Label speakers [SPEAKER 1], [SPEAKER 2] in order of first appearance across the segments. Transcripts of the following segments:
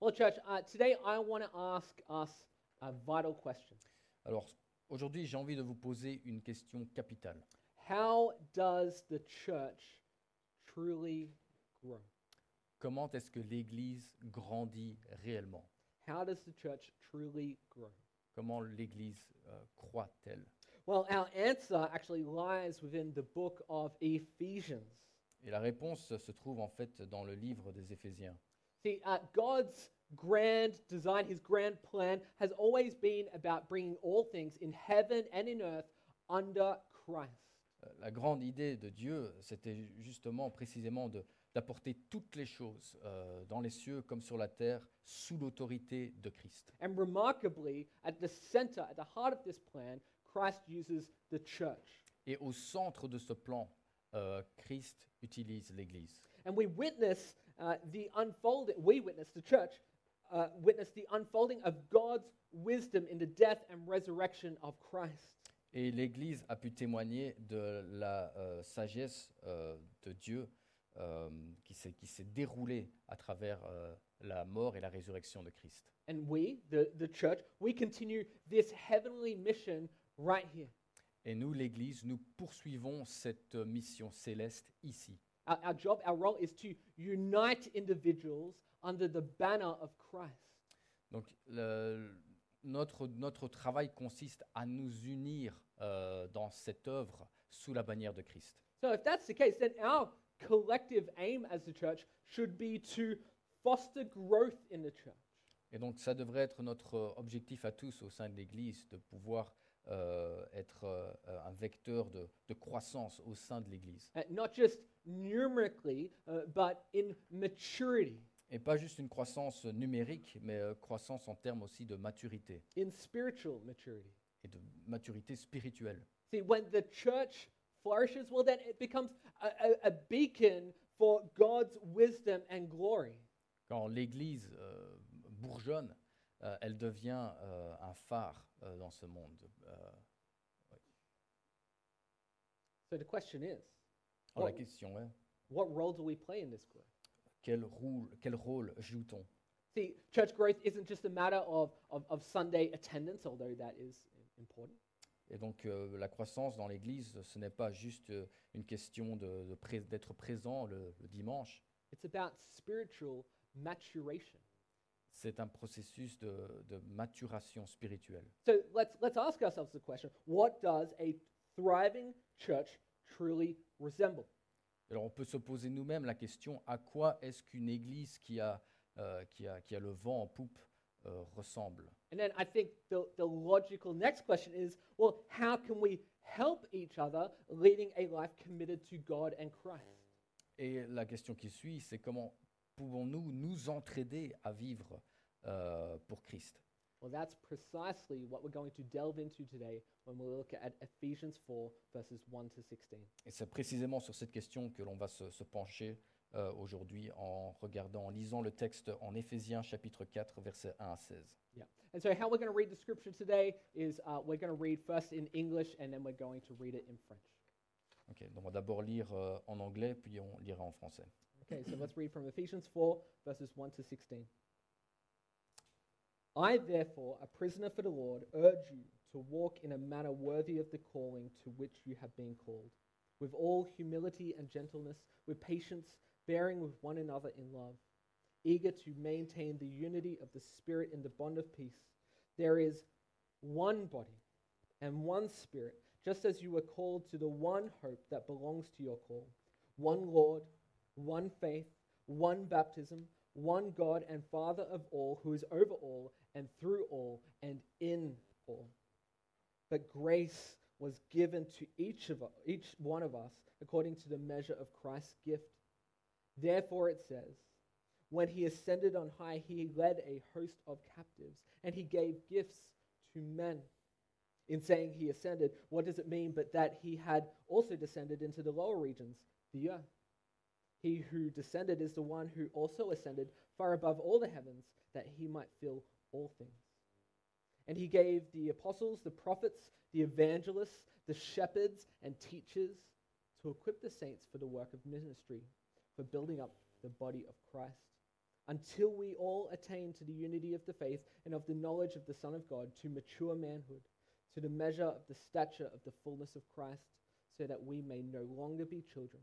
[SPEAKER 1] Well, church, uh, today I want to ask us a vital question.
[SPEAKER 2] Alors, aujourd'hui, j'ai envie de vous poser une question capitale.
[SPEAKER 1] How does the church truly grow?
[SPEAKER 2] Comment est-ce que l'Église grandit réellement
[SPEAKER 1] How does the church truly grow?
[SPEAKER 2] Comment l'Église euh, croît-elle
[SPEAKER 1] Well, our answer actually lies within the book of Ephesians.
[SPEAKER 2] Et la réponse se trouve en fait dans le livre des Éphésiens.
[SPEAKER 1] See, uh, God's grand design, his grand plan, has always been about bringing all things in heaven and in earth under Christ.
[SPEAKER 2] Euh, La grande idée de Dieu, c'était justement précisément de- d'apporter toutes les choses euh, dans les cieux comme sur la terre sous l'autorité de Christ.
[SPEAKER 1] And remarkably, at the center, at the heart of this plan, Christ uses the church.
[SPEAKER 2] Et au centre de ce plan, euh, Christ utilise l'Église.
[SPEAKER 1] And we witness uh, the unfolding, we witness, the church, uh, witness the unfolding of God's wisdom in the death and resurrection of Christ.
[SPEAKER 2] Et l'Église a pu témoigner de la euh, sagesse euh, de Dieu euh, qui s'est qui s'est déroulée à travers euh, la mort et la résurrection de Christ.
[SPEAKER 1] And we, the, the church, we continue this heavenly mission right here.
[SPEAKER 2] Et nous, l'Église, nous poursuivons cette mission céleste ici.
[SPEAKER 1] Our, our job, our role is to unite individuals under the banner of Christ.
[SPEAKER 2] Donc le- notre, notre travail consiste à nous unir euh, dans cette œuvre sous la bannière de Christ.
[SPEAKER 1] So, if that's the case, then our collective aim as the church should be to foster growth in the church.
[SPEAKER 2] Et donc ça devrait être notre euh, objectif à tous au sein de l'Église, de pouvoir euh, être euh, euh, un vecteur de, de croissance au sein de l'Église.
[SPEAKER 1] Uh, not just numerically, uh, but in maturity,
[SPEAKER 2] Et pas juste une croissance numérique, mais euh, croissance en termes aussi de maturité
[SPEAKER 1] in spiritual maturity.
[SPEAKER 2] et de maturité spirituelle.
[SPEAKER 1] See, when the church flourishes, well, then it becomes a, a, a beacon for God's wisdom and glory.
[SPEAKER 2] Quand l'Église euh, bourgeonne, euh, elle devient euh, un phare euh, dans ce monde. Euh,
[SPEAKER 1] So, the question is
[SPEAKER 2] alors oh, la
[SPEAKER 1] Wow.
[SPEAKER 2] question est,
[SPEAKER 1] what role do we play in this growth?
[SPEAKER 2] quel rôle, quel rôle joue-t-on
[SPEAKER 1] See, church growth isn't just a matter of, of, of Sunday attendance, although that is important.
[SPEAKER 2] Et donc euh, la croissance dans l'Église, ce n'est pas juste euh, une question de- de pré- d'être présent le, le dimanche,
[SPEAKER 1] It's about spiritual maturation.
[SPEAKER 2] c'est un processus de, de maturation spirituelle.
[SPEAKER 1] So let's, let's ask ourselves the question what does a thriving church truly resemble?
[SPEAKER 2] Alors on peut se poser nous-mêmes la question, à quoi est-ce qu'une Église qui a, euh, qui, a, qui a le vent en poupe euh, ressemble
[SPEAKER 1] And then I think the, the logical next question is well, how can we help each other leading a life committed to God and Christ?
[SPEAKER 2] Et la question qui suit, c'est comment pouvons-nous nous entraider à vivre euh, pour Christ
[SPEAKER 1] Well, that's precisely what we're going to delve into today when we look at Ephesians 4, verses 1 to 16.
[SPEAKER 2] Et c'est précisément sur cette question que l'on va se, se pencher euh, aujourd'hui en regardant, en lisant le texte en Éphésiens chapitre 4, versets 1 à 16.
[SPEAKER 1] Yeah. And so, how we're going to read the scripture today is uh, we're going to read first in English and then we're going to read it in French.
[SPEAKER 2] Ok, donc on va d'abord lire euh, en anglais, puis on lira en français.
[SPEAKER 1] Okay, so let's read from Ephesians 4, verses 1 to 16. I, therefore, a prisoner for the Lord, urge you to walk in a manner worthy of the calling to which you have been called, with all humility and gentleness, with patience, bearing with one another in love, eager to maintain the unity of the Spirit in the bond of peace. There is one body and one Spirit, just as you were called to the one hope that belongs to your call one Lord, one faith, one baptism, one God and Father of all, who is over all and through all and in all. But grace was given to each of each one of us according to the measure of Christ's gift. Therefore it says, when he ascended on high, he led a host of captives, and he gave gifts to men. In saying he ascended, what does it mean but that he had also descended into the lower regions, the earth? He who descended is the one who also ascended far above all the heavens, that he might fill all things. And he gave the apostles, the prophets, the evangelists, the shepherds, and teachers to equip the saints for the work of ministry, for building up the body of Christ, until we all attain to the unity of the faith and of the knowledge of the Son of God, to mature manhood, to the measure of the stature of the fullness of Christ, so that we may no longer be children,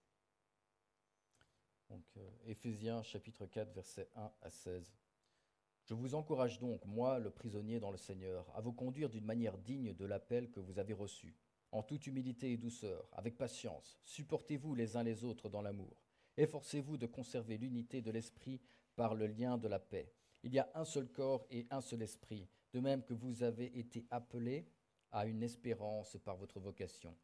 [SPEAKER 2] Donc, euh, Éphésiens chapitre 4, versets 1 à 16. Je vous encourage donc, moi, le prisonnier dans le Seigneur, à vous conduire d'une manière digne de l'appel que vous avez reçu, en toute humilité et douceur, avec patience. Supportez-vous les uns les autres dans l'amour. Efforcez-vous de conserver l'unité de l'esprit par le lien de la paix. Il y a un seul corps et un seul esprit, de même que vous avez été appelés à une espérance par votre vocation.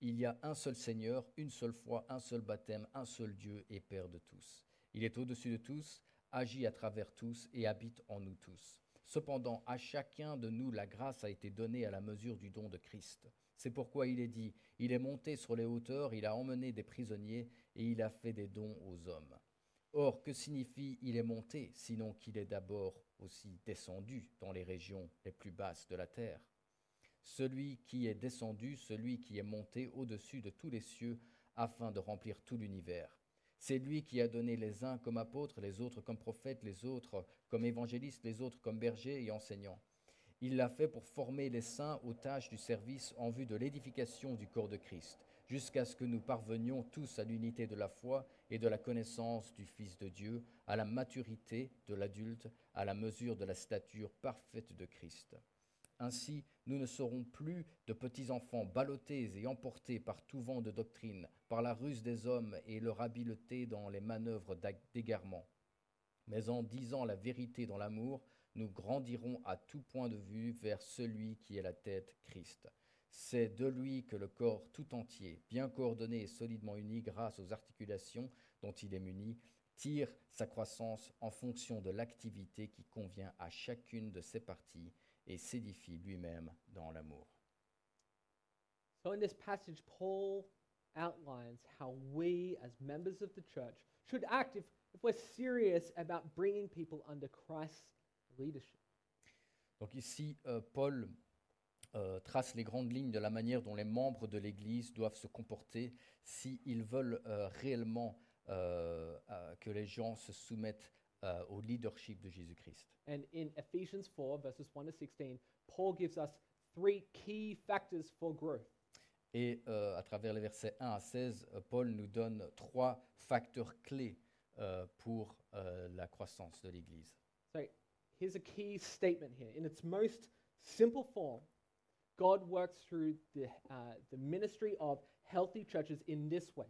[SPEAKER 2] Il y a un seul Seigneur, une seule foi, un seul baptême, un seul Dieu et Père de tous. Il est au-dessus de tous, agit à travers tous et habite en nous tous. Cependant, à chacun de nous, la grâce a été donnée à la mesure du don de Christ. C'est pourquoi il est dit, il est monté sur les hauteurs, il a emmené des prisonniers et il a fait des dons aux hommes. Or, que signifie il est monté, sinon qu'il est d'abord aussi descendu dans les régions les plus basses de la terre Celui qui est descendu, celui qui est monté au-dessus de tous les cieux, afin de remplir tout l'univers. C'est lui qui a donné les uns comme apôtres, les autres comme prophètes, les autres comme évangélistes, les autres comme bergers et enseignants. Il l'a fait pour former les saints aux tâches du service en vue de l'édification du corps de Christ, jusqu'à ce que nous parvenions tous à l'unité de la foi et de la connaissance du Fils de Dieu, à la maturité de l'adulte, à la mesure de la stature parfaite de Christ. Ainsi, nous ne serons plus de petits enfants ballottés et emportés par tout vent de doctrine, par la ruse des hommes et leur habileté dans les manœuvres d'ag- d'égarement. Mais en disant la vérité dans l'amour, nous grandirons à tout point de vue vers celui qui est la tête, Christ. C'est de lui que le corps tout entier, bien coordonné et solidement uni grâce aux articulations dont il est muni, tire sa croissance en fonction de l'activité qui convient à chacune de ses parties et s'édifie lui-même dans l'amour.
[SPEAKER 1] So, in this passage, Paul outlines how we, as members of the church, should act if, if we're serious about bringing people under Christ's leadership.
[SPEAKER 2] Donc ici, euh, Paul euh, trace les grandes lignes de la manière dont les membres de l'Église doivent se comporter s'ils veulent euh, réellement euh, euh, que les gens se soumettent euh, au leadership de Jésus-Christ.
[SPEAKER 1] And in Ephesians 4, verses 1 to 16, Paul gives us three key factors for growth.
[SPEAKER 2] Et euh, à travers les versets 1 à 16, euh, Paul nous donne trois facteurs clés euh, pour euh, la croissance de l'Église.
[SPEAKER 1] So, here's a key statement here. In its most simple form, God works through the, uh, the ministry of healthy churches in this way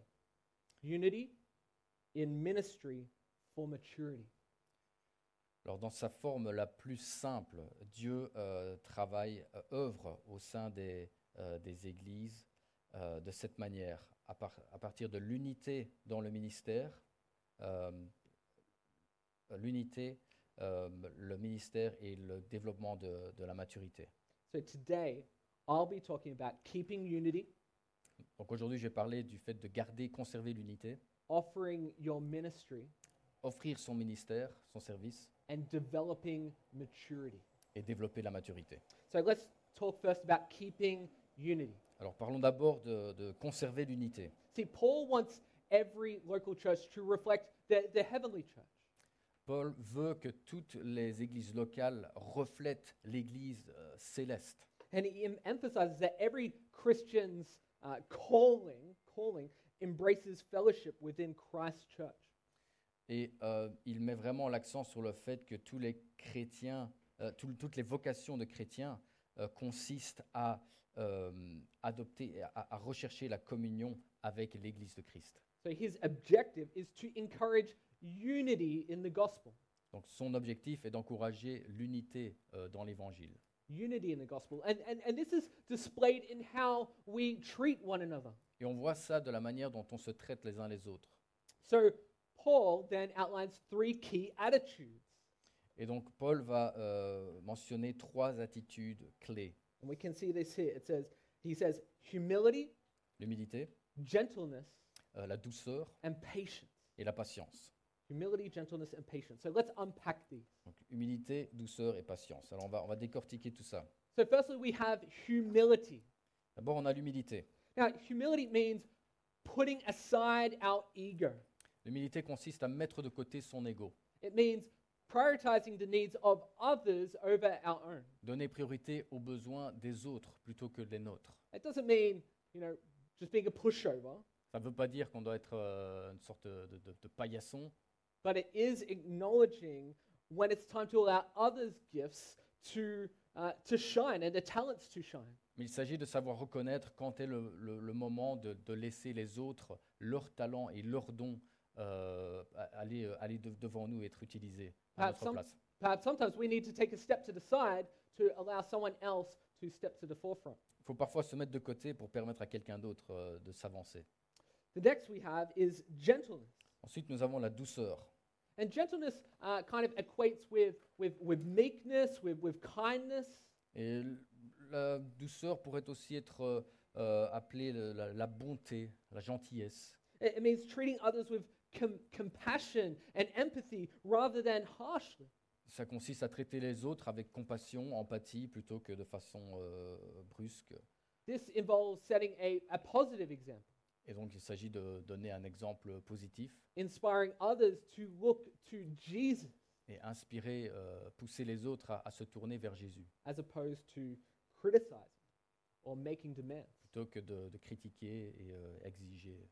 [SPEAKER 1] unity in ministry for maturity.
[SPEAKER 2] Alors dans sa forme la plus simple, Dieu euh, travaille, euh, œuvre au sein des, euh, des églises euh, de cette manière, à, par- à partir de l'unité dans le ministère, euh, l'unité, euh, le ministère et le développement de, de la maturité.
[SPEAKER 1] So, today, I'll be talking about keeping unity,
[SPEAKER 2] Donc aujourd'hui, je vais parler du fait de garder, conserver l'unité,
[SPEAKER 1] offering your ministry,
[SPEAKER 2] offrir son ministère, son service
[SPEAKER 1] and developing maturity.
[SPEAKER 2] et développer la maturité.
[SPEAKER 1] So, let's talk first about keeping unity.
[SPEAKER 2] Alors parlons d'abord de- de conserver l'unité.
[SPEAKER 1] See, Paul wants every local church to reflect the, the heavenly church.
[SPEAKER 2] Paul veut que toutes les églises locales reflètent l'église euh, céleste.
[SPEAKER 1] And he em- emphasizes that every Christian's uh, calling, calling embraces fellowship within Christ's church.
[SPEAKER 2] Et euh, il met vraiment l'accent sur le fait que tous les chrétiens, euh, tout- toutes les vocations de chrétiens euh, consistent à euh, adopter, à, à rechercher la communion avec l'église de Christ.
[SPEAKER 1] So his objective is to encourage unity in the gospel.
[SPEAKER 2] Donc son objectif est d'encourager l'unité euh, dans l'évangile.
[SPEAKER 1] Unity in the gospel. And, and, and this is displayed in how we treat one another.
[SPEAKER 2] Et on voit ça de la manière dont on se traite les uns les autres.
[SPEAKER 1] So Paul then outlines three key attitudes
[SPEAKER 2] Et donc Paul va euh, mentionner trois attitudes clés.
[SPEAKER 1] And we can see this here. It says, he says, humility,
[SPEAKER 2] L'humilité,
[SPEAKER 1] gentleness,
[SPEAKER 2] euh, la douceur
[SPEAKER 1] and patience.
[SPEAKER 2] et la patience.
[SPEAKER 1] Humility, gentleness, and patience. So let's unpack these.
[SPEAKER 2] Donc, humilité, douceur et patience. Alors on va, on va décortiquer tout ça.
[SPEAKER 1] So, firstly, we have humility.
[SPEAKER 2] D'abord, on a l'humilité.
[SPEAKER 1] Now, humility means putting aside our ego,
[SPEAKER 2] L'humilité consiste à mettre de côté son ego,
[SPEAKER 1] it means prioritizing the needs of others over our own.
[SPEAKER 2] donner priorité aux besoins des autres plutôt que des nôtres.
[SPEAKER 1] It doesn't mean, you know, just being a pushover,
[SPEAKER 2] Ça ne veut pas dire qu'on doit être euh, une sorte de, de- de paillasson,
[SPEAKER 1] but it is acknowledging when it's time to allow others' gifts to, uh, to shine and their talents to shine.
[SPEAKER 2] mais il s'agit de savoir reconnaître quand est le, le- le moment de, de laisser les autres, leurs talents et leurs dons, euh, a- aller, euh, aller de- devant nous et être utilisés
[SPEAKER 1] Ah,
[SPEAKER 2] à notre
[SPEAKER 1] some-
[SPEAKER 2] place.
[SPEAKER 1] Perhaps sometimes we need to take a step to the side to allow someone else to step to the forefront.
[SPEAKER 2] Il faut parfois se mettre de côté pour permettre à quelqu'un d'autre euh, de s'avancer.
[SPEAKER 1] The next we have is gentleness.
[SPEAKER 2] Ensuite, nous avons la douceur.
[SPEAKER 1] And gentleness uh, kind of equates with, with, with meekness, with, with kindness.
[SPEAKER 2] Et l- la douceur pourrait aussi être euh, euh, appelée le- la, la bonté, la gentillesse.
[SPEAKER 1] It, it means treating others with com- compassion and empathy rather than harshly.
[SPEAKER 2] Ça consiste à traiter les autres avec compassion, empathie, plutôt que de façon euh, brusque.
[SPEAKER 1] This involves setting a, a positive example,
[SPEAKER 2] Et donc, il s'agit de donner un exemple positif
[SPEAKER 1] inspiring others to look to Jesus
[SPEAKER 2] et inspirer, euh, pousser les autres à, à se tourner vers Jésus,
[SPEAKER 1] as opposed to criticizing or making demands.
[SPEAKER 2] plutôt que de, de critiquer et euh, exiger.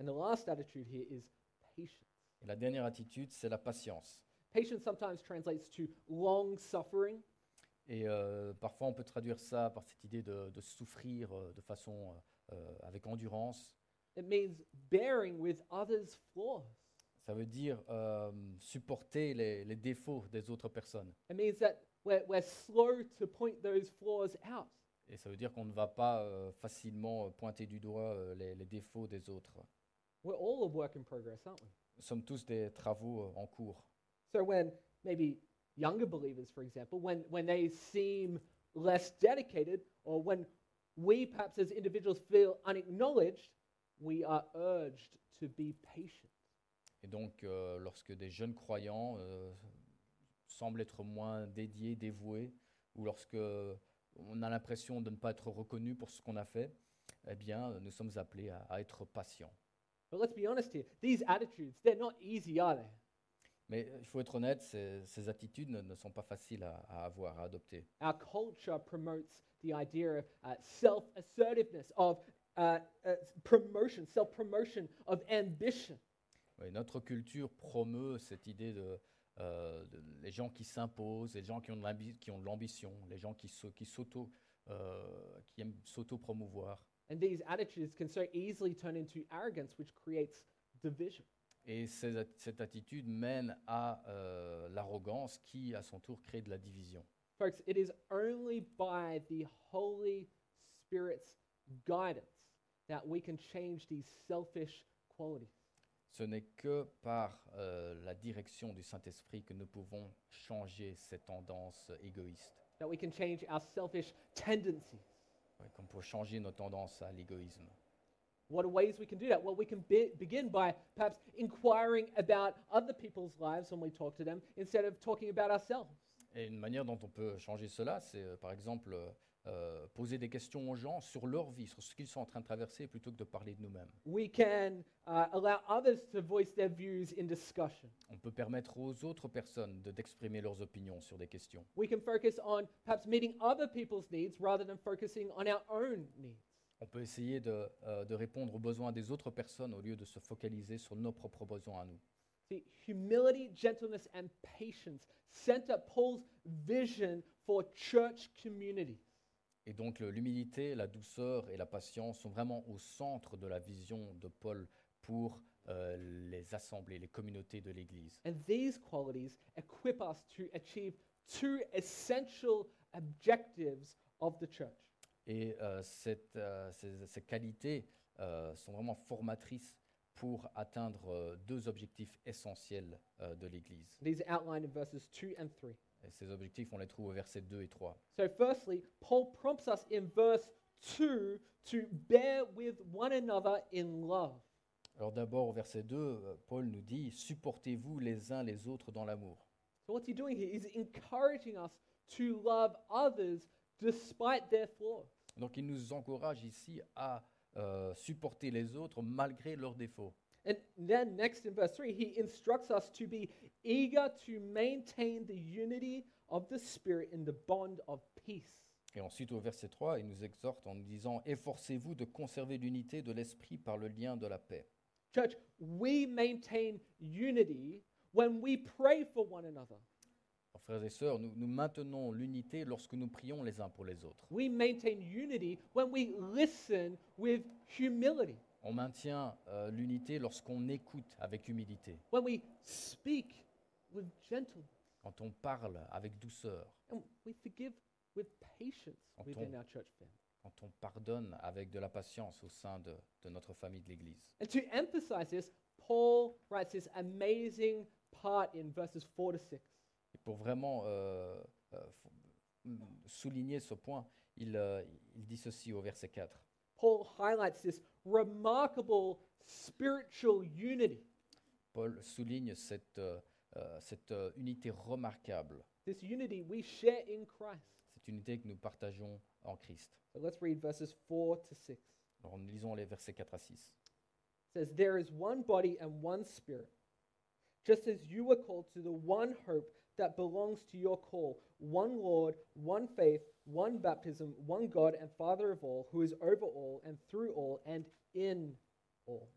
[SPEAKER 1] And the last attitude here is patience.
[SPEAKER 2] Et la dernière attitude, c'est la patience.
[SPEAKER 1] Patience sometimes translates to long suffering.
[SPEAKER 2] Et euh, parfois, on peut traduire ça par cette idée de, de souffrir euh, de façon euh, euh, avec endurance.
[SPEAKER 1] It means bearing with others' flaws.
[SPEAKER 2] Ça veut dire euh, supporter les, les défauts des autres personnes.
[SPEAKER 1] It means that we're, we're slow to point those flaws out.
[SPEAKER 2] Et ça veut dire qu'on ne va pas euh, facilement euh, pointer du doigt euh, les, les défauts des autres.
[SPEAKER 1] We're all a work in progress, aren't we?
[SPEAKER 2] Nous sommes tous des travaux euh, en cours.
[SPEAKER 1] So when maybe younger believers, for example, when, when they seem less dedicated or when we perhaps as individuals feel unacknowledged, we are urged to be patient.
[SPEAKER 2] Et donc, euh, lorsque des jeunes croyants euh, semblent être moins dédiés, dévoués, ou lorsque on a l'impression de ne pas être reconnu pour ce qu'on a fait, eh bien, nous sommes appelés à, à être patients.
[SPEAKER 1] But let's be honest here, these attitudes, they're not easy, are they?
[SPEAKER 2] Mais euh, il faut être honnête, ces, ces attitudes ne, ne sont pas faciles à- à avoir, à adopter.
[SPEAKER 1] Our culture promotes the idea of uh, self assertiveness, of uh, uh, promotion, self promotion, of ambition.
[SPEAKER 2] Oui, notre culture promeut cette idée de, euh, de- les gens qui s'imposent, les gens qui ont de l'ambi- qui ont de l'ambition, les gens qui s'au- qui s'auto, euh, qui aiment s'auto-promouvoir.
[SPEAKER 1] And these attitudes can so easily turn into arrogance, which creates division.
[SPEAKER 2] Et ces at- cette attitude mène à euh, l'arrogance qui, à son tour, crée de la division.
[SPEAKER 1] Folks, it is only by the Holy Spirit's guidance that we can change these selfish qualities.
[SPEAKER 2] Ce n'est que par euh, la direction du Saint-Esprit que nous pouvons changer ces tendances égoïstes,
[SPEAKER 1] That we can change our selfish tendencies.
[SPEAKER 2] Ouais, qu'on peut changer nos tendances à l'égoïsme.
[SPEAKER 1] What are ways we can do that? Well, we can be- begin by perhaps inquiring about other people's lives when we talk to them instead of talking about ourselves.
[SPEAKER 2] Et une manière dont on peut changer cela, c'est euh, par exemple euh, euh, poser des questions aux gens sur leur vie, sur ce qu'ils sont en train de traverser, plutôt que de parler de nous-mêmes.
[SPEAKER 1] We can uh, allow others to voice their views in discussion.
[SPEAKER 2] On peut permettre aux autres personnes de- d'exprimer leurs opinions sur des questions.
[SPEAKER 1] We can focus on perhaps meeting other people's needs rather than focusing on our own needs.
[SPEAKER 2] On peut essayer de, euh, de répondre aux besoins des autres personnes au lieu de se focaliser sur nos propres besoins à nous.
[SPEAKER 1] See, humility, gentleness, and patience center Paul's vision for church community.
[SPEAKER 2] Et donc le- l'humilité, la douceur et la patience sont vraiment au centre de la vision de Paul pour euh, les assemblées, les communautés de l'Église.
[SPEAKER 1] And these qualities equip us to achieve two essential objectives of the church.
[SPEAKER 2] Et euh, cette, euh, ces, ces qualités euh, sont vraiment formatrices pour atteindre euh, deux objectifs essentiels euh, de l'Église.
[SPEAKER 1] These are outlined in verses 2 and 3.
[SPEAKER 2] Et ces objectifs, on les trouve au verset 2 et 3.
[SPEAKER 1] So, firstly, Paul prompts us in verse 2 to bear with one another in love.
[SPEAKER 2] Alors d'abord, au verset 2, euh, Paul nous dit, supportez-vous les uns les autres dans l'amour.
[SPEAKER 1] So, what's he doing here? He's encouraging us to love others despite their flaws.
[SPEAKER 2] Donc il nous encourage ici à euh, supporter les autres malgré leurs défauts.
[SPEAKER 1] And then, next in verse 3, he instructs us to be eager to maintain the unity of the Spirit in the bond of peace.
[SPEAKER 2] Et ensuite, au verset 3, il nous exhorte en nous disant, efforcez-vous de conserver l'unité de l'esprit par le lien de la paix.
[SPEAKER 1] Church, we maintain unity when we pray for one another.
[SPEAKER 2] Alors, frères et sœurs, nous, nous maintenons l'unité lorsque nous prions les uns pour les autres.
[SPEAKER 1] We maintain unity when we listen with humility,
[SPEAKER 2] On maintient euh, l'unité lorsqu'on écoute avec humilité,
[SPEAKER 1] when we speak with gentleness,
[SPEAKER 2] quand on parle avec douceur,
[SPEAKER 1] and we forgive with patience within
[SPEAKER 2] Entend-
[SPEAKER 1] our church family.
[SPEAKER 2] quand on pardonne avec de la patience au sein de, de notre famille de l'Église.
[SPEAKER 1] And to emphasize this, Paul writes this amazing part in verses 4 to 6.
[SPEAKER 2] Et pour vraiment euh, euh, f- m- souligner ce point, il, euh, il dit ceci au verset 4.
[SPEAKER 1] Paul highlights this remarkable spiritual unity,
[SPEAKER 2] Paul souligne cette, euh, euh, cette euh, unité remarquable,
[SPEAKER 1] this unity we share in Christ.
[SPEAKER 2] cette unité que nous partageons en Christ.
[SPEAKER 1] So let's read verses 4 to 6.
[SPEAKER 2] Alors nous lisons les versets 4 à 6.
[SPEAKER 1] says, There is one body and one spirit, just as you were called to the one hope that belongs to your call one Lord, one faith, one baptism, one God and Father of all, who is over all and through all and in all.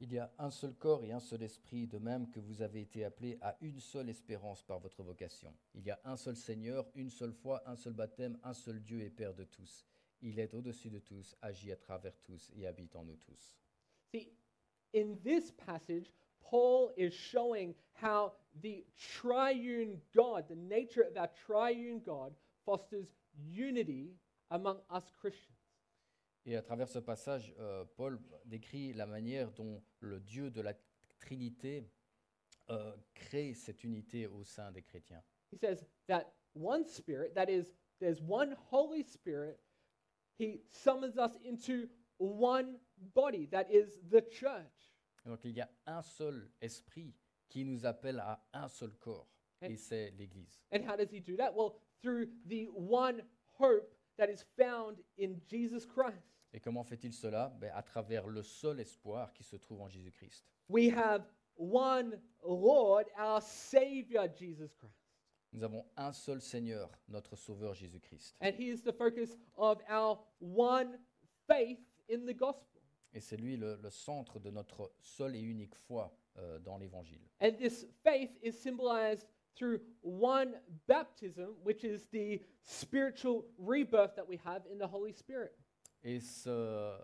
[SPEAKER 2] Il y a un seul corps et un seul esprit, de même que vous avez été appelés à une seule espérance par votre vocation. Il y a un seul Seigneur, une seule foi, un seul baptême, un seul Dieu et Père de tous. Il est au-dessus de tous, agit à travers tous et habite en nous tous.
[SPEAKER 1] See, in this passage, Paul is showing how the triune God, the nature of our triune God, fosters unity among us Christians.
[SPEAKER 2] Et à travers ce passage, euh, Paul décrit la manière dont le Dieu de la Trinité euh, crée cette unité au sein des chrétiens.
[SPEAKER 1] He says that one spirit, that is, there's one Holy Spirit, he summons us into one body, that is the church.
[SPEAKER 2] Et donc il y a un seul esprit qui nous appelle à un seul corps,
[SPEAKER 1] Et-
[SPEAKER 2] et c'est l'Église.
[SPEAKER 1] And how does he do that? Well, through the one hope that is found in Jesus Christ.
[SPEAKER 2] Et comment fait-il cela Ben, À travers le seul espoir qui se trouve en Jésus-Christ.
[SPEAKER 1] We have one Lord, our Savior, Jesus Christ.
[SPEAKER 2] Nous avons un seul Seigneur, notre Sauveur Jésus-Christ.
[SPEAKER 1] And he is the focus of our one faith in the gospel.
[SPEAKER 2] Et c'est lui le, le centre de notre seule et unique foi euh, dans l'Évangile.
[SPEAKER 1] And this faith is symbolized through one baptism, which is the spiritual rebirth that we have in the Holy Spirit.
[SPEAKER 2] Et ce-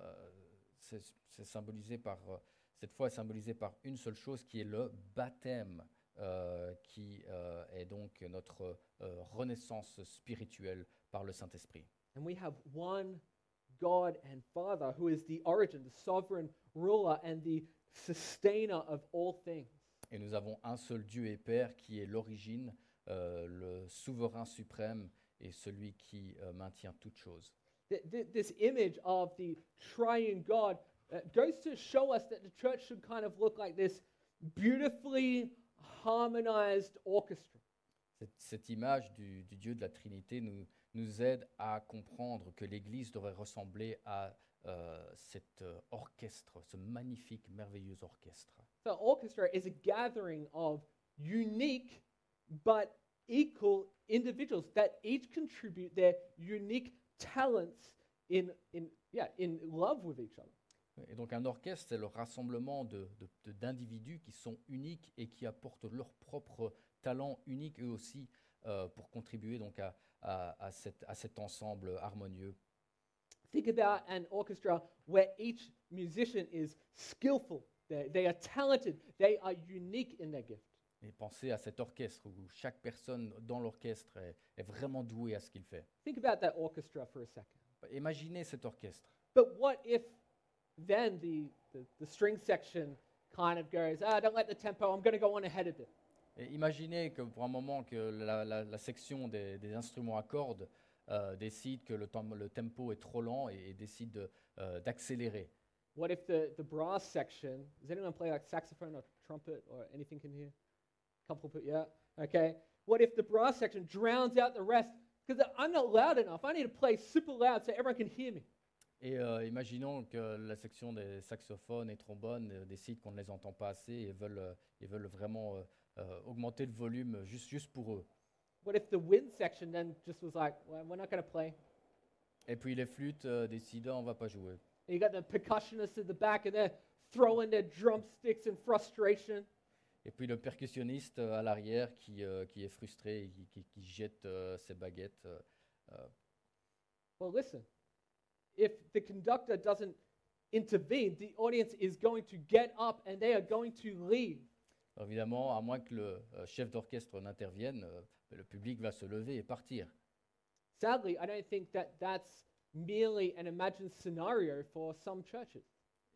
[SPEAKER 2] c'est c'est symbolisé par, euh, cette foi est symbolisée par une seule chose qui est le baptême, euh, qui euh, est donc notre euh, renaissance spirituelle par le Saint-Esprit.
[SPEAKER 1] And we have one God and Father who is the origin, the sovereign ruler, and the sustainer of all things.
[SPEAKER 2] Et nous avons un seul Dieu et Père qui est l'origine, euh, le souverain suprême et celui qui euh, maintient toutes choses.
[SPEAKER 1] Th- th- This image of the triune God uh, goes to show us that the church should kind of look like this beautifully harmonized orchestra.
[SPEAKER 2] Cette, cette image du, du Dieu de la Trinité nous, nous aide à comprendre que l'Église devrait ressembler à euh, cet euh, orchestre, ce magnifique, merveilleux orchestre.
[SPEAKER 1] So, orchestra is a gathering of unique but equal individuals that each contribute their unique talents in, in, yeah, in love with each other.
[SPEAKER 2] Et donc un orchestre, c'est le rassemblement de- de- de- d'individus qui sont uniques et qui apportent leurs propres talents uniques eux aussi euh, pour contribuer donc à, à- à cet- à cet ensemble harmonieux.
[SPEAKER 1] Think about an orchestra where each musician is skillful, they, they are talented, they are unique in their gift.
[SPEAKER 2] Et pensez à cet orchestre où chaque personne dans l'orchestre est, est vraiment douée à ce qu'il fait.
[SPEAKER 1] Think about that orchestra for a second.
[SPEAKER 2] Imaginez cet orchestre.
[SPEAKER 1] But what if Then the, the, the string section kind of goes, ah, don't let the tempo, I'm going to go on ahead of it.
[SPEAKER 2] Et imaginez que pour un moment que la, la- la section des, des instruments à cordes euh, décide que le, tem- le tempo est trop lent et, et décide de, euh, d'accélérer.
[SPEAKER 1] What if the, the brass section, does anyone play like saxophone or trumpet or anything in here? Couple put, yeah, okay. What if the brass section drowns out the rest? Because I'm not loud enough. I need to play super loud so everyone can hear me.
[SPEAKER 2] Et euh, imaginons que la section des saxophones et trombones euh, décide qu'on ne les entend pas assez et veulent, euh, et veulent vraiment euh, euh, augmenter le volume euh, juste, juste pour eux.
[SPEAKER 1] What if the wind section then just was like, well, we're not going to play?
[SPEAKER 2] Et puis les flûtes euh, décident on va pas jouer.
[SPEAKER 1] And you got the percussionists at the back and they're throwing their drumsticks in frustration.
[SPEAKER 2] Et puis le percussionniste euh, à l'arrière qui, euh, qui est frustré et qui, qui- qui jette euh, ses baguettes. euh,
[SPEAKER 1] Well, listen, if the conductor doesn't intervene, the audience is going to get up and they are going to leave.
[SPEAKER 2] Alors, Évidemment, à moins que le euh, chef d'orchestre n'intervienne, euh, le public va se lever et partir.
[SPEAKER 1] Sadly, I don't think that that's merely an imagined scenario for some churches.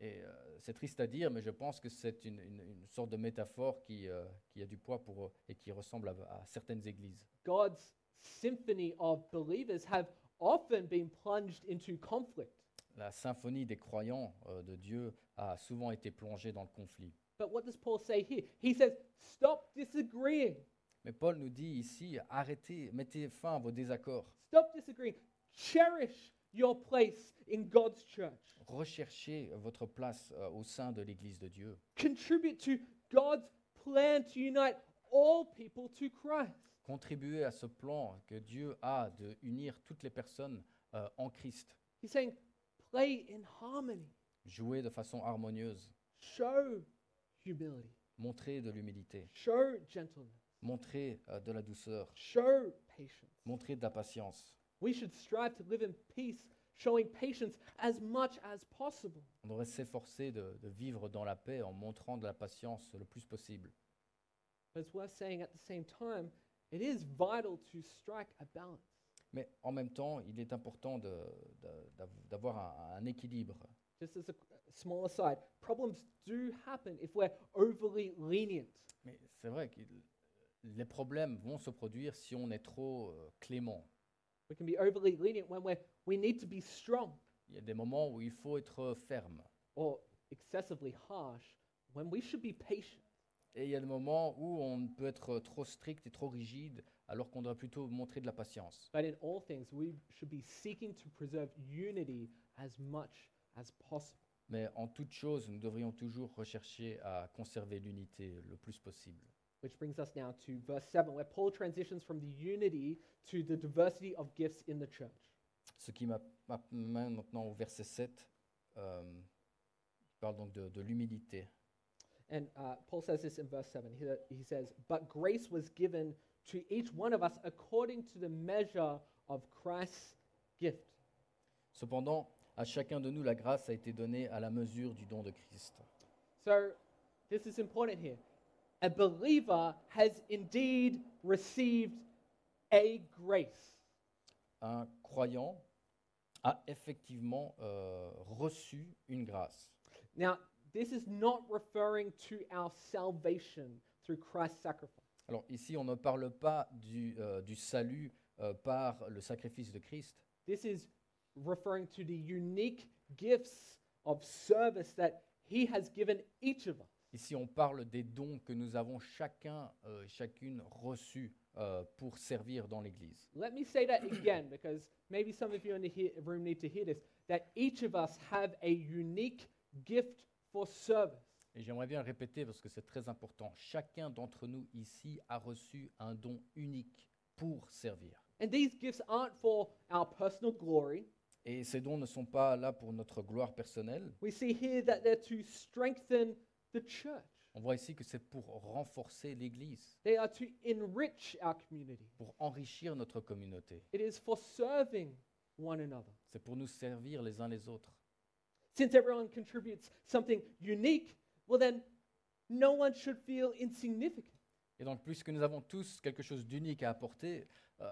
[SPEAKER 2] Et euh, c'est triste à dire, mais je pense que c'est une, une- une sorte de métaphore qui, euh, qui a du poids pour eux et qui ressemble à, à certaines églises.
[SPEAKER 1] God's symphony of believers have often been plunged into conflict.
[SPEAKER 2] La symphonie des croyants euh, de Dieu a souvent été plongée dans le conflit.
[SPEAKER 1] But what does Paul say here? He says, stop disagreeing.
[SPEAKER 2] Mais Paul nous dit ici, arrêtez, mettez fin à vos désaccords,
[SPEAKER 1] Stop disagreeing. Cherish your place in God's church.
[SPEAKER 2] recherchez votre place euh, au sein de l'Église de Dieu.
[SPEAKER 1] Contribute to God's plan to unite all people to Christ.
[SPEAKER 2] Contribuez à ce plan que Dieu a de unir toutes les personnes euh, en Christ.
[SPEAKER 1] He's saying, play in harmony,
[SPEAKER 2] Jouez de façon harmonieuse.
[SPEAKER 1] show humility,
[SPEAKER 2] Montrez de l'humilité.
[SPEAKER 1] show gentleness,
[SPEAKER 2] Montrez euh, de la douceur.
[SPEAKER 1] show patience.
[SPEAKER 2] Montrez de la patience.
[SPEAKER 1] We should strive to live in peace, showing patience as much as possible.
[SPEAKER 2] On devrait s'efforcer de, de vivre dans la paix en montrant de la patience le plus possible.
[SPEAKER 1] But it's worth saying at the same time, it is vital to strike a balance.
[SPEAKER 2] Mais en même temps, il est important de- de- d'av- d'avoir un, un équilibre.
[SPEAKER 1] Just as a a small aside, problems do happen if we're overly lenient.
[SPEAKER 2] Mais c'est vrai que les problèmes vont se produire si on est trop euh, clément.
[SPEAKER 1] We can be overly lenient when we're, we need to be strong
[SPEAKER 2] Il y a des moments où il faut être ferme.
[SPEAKER 1] or excessively harsh when we should be patient.
[SPEAKER 2] Et il y a des moments où on peut être trop strict et trop rigide alors qu'on devrait plutôt montrer de la patience.
[SPEAKER 1] But in all things, we should be seeking to preserve unity as much as possible.
[SPEAKER 2] Mais en toute chose, nous devrions toujours rechercher à conserver l'unité le plus possible.
[SPEAKER 1] Which brings us now to verse 7, where Paul transitions from the unity to the diversity of gifts in the church.
[SPEAKER 2] Ce qui m'a- m'amène maintenant au verset 7, euh, qui parle donc de, de l'humilité.
[SPEAKER 1] And uh, Paul says this in verse 7. He, he says, But grace was given to each one of us according to the measure of Christ's gift.
[SPEAKER 2] Cependant, à chacun de nous, la grâce a été donnée à la mesure du don de Christ.
[SPEAKER 1] So this is important here. A believer has indeed received a grace.
[SPEAKER 2] Un croyant a effectivement euh, reçu une grâce.
[SPEAKER 1] Now, this is not referring to our salvation through Christ's sacrifice.
[SPEAKER 2] Alors ici, on ne parle pas du, euh, du salut euh, par le sacrifice de Christ,
[SPEAKER 1] This is referring to the unique gifts of service that he has given each of us.
[SPEAKER 2] Ici, on parle des dons que nous avons chacun, euh, chacune reçus euh, pour servir dans l'Église.
[SPEAKER 1] Let me say that again because maybe some of you in the he- room need to hear this that each of us have a unique gift for service.
[SPEAKER 2] Et j'aimerais bien le répéter parce que c'est très important. Chacun d'entre nous ici a reçu un don unique pour servir.
[SPEAKER 1] And these gifts aren't for our personal glory.
[SPEAKER 2] Et ces dons ne sont pas là pour notre gloire personnelle.
[SPEAKER 1] We see here that they're to strengthen the church,
[SPEAKER 2] On voit ici que c'est pour renforcer l'Église,
[SPEAKER 1] they are to enrich our community.
[SPEAKER 2] pour enrichir notre communauté.
[SPEAKER 1] It is for serving one another.
[SPEAKER 2] C'est pour nous servir les uns les autres.
[SPEAKER 1] Since everyone contributes something unique, well, then no one should feel insignificant.
[SPEAKER 2] Et donc, puisque nous avons tous quelque chose d'unique à apporter, euh,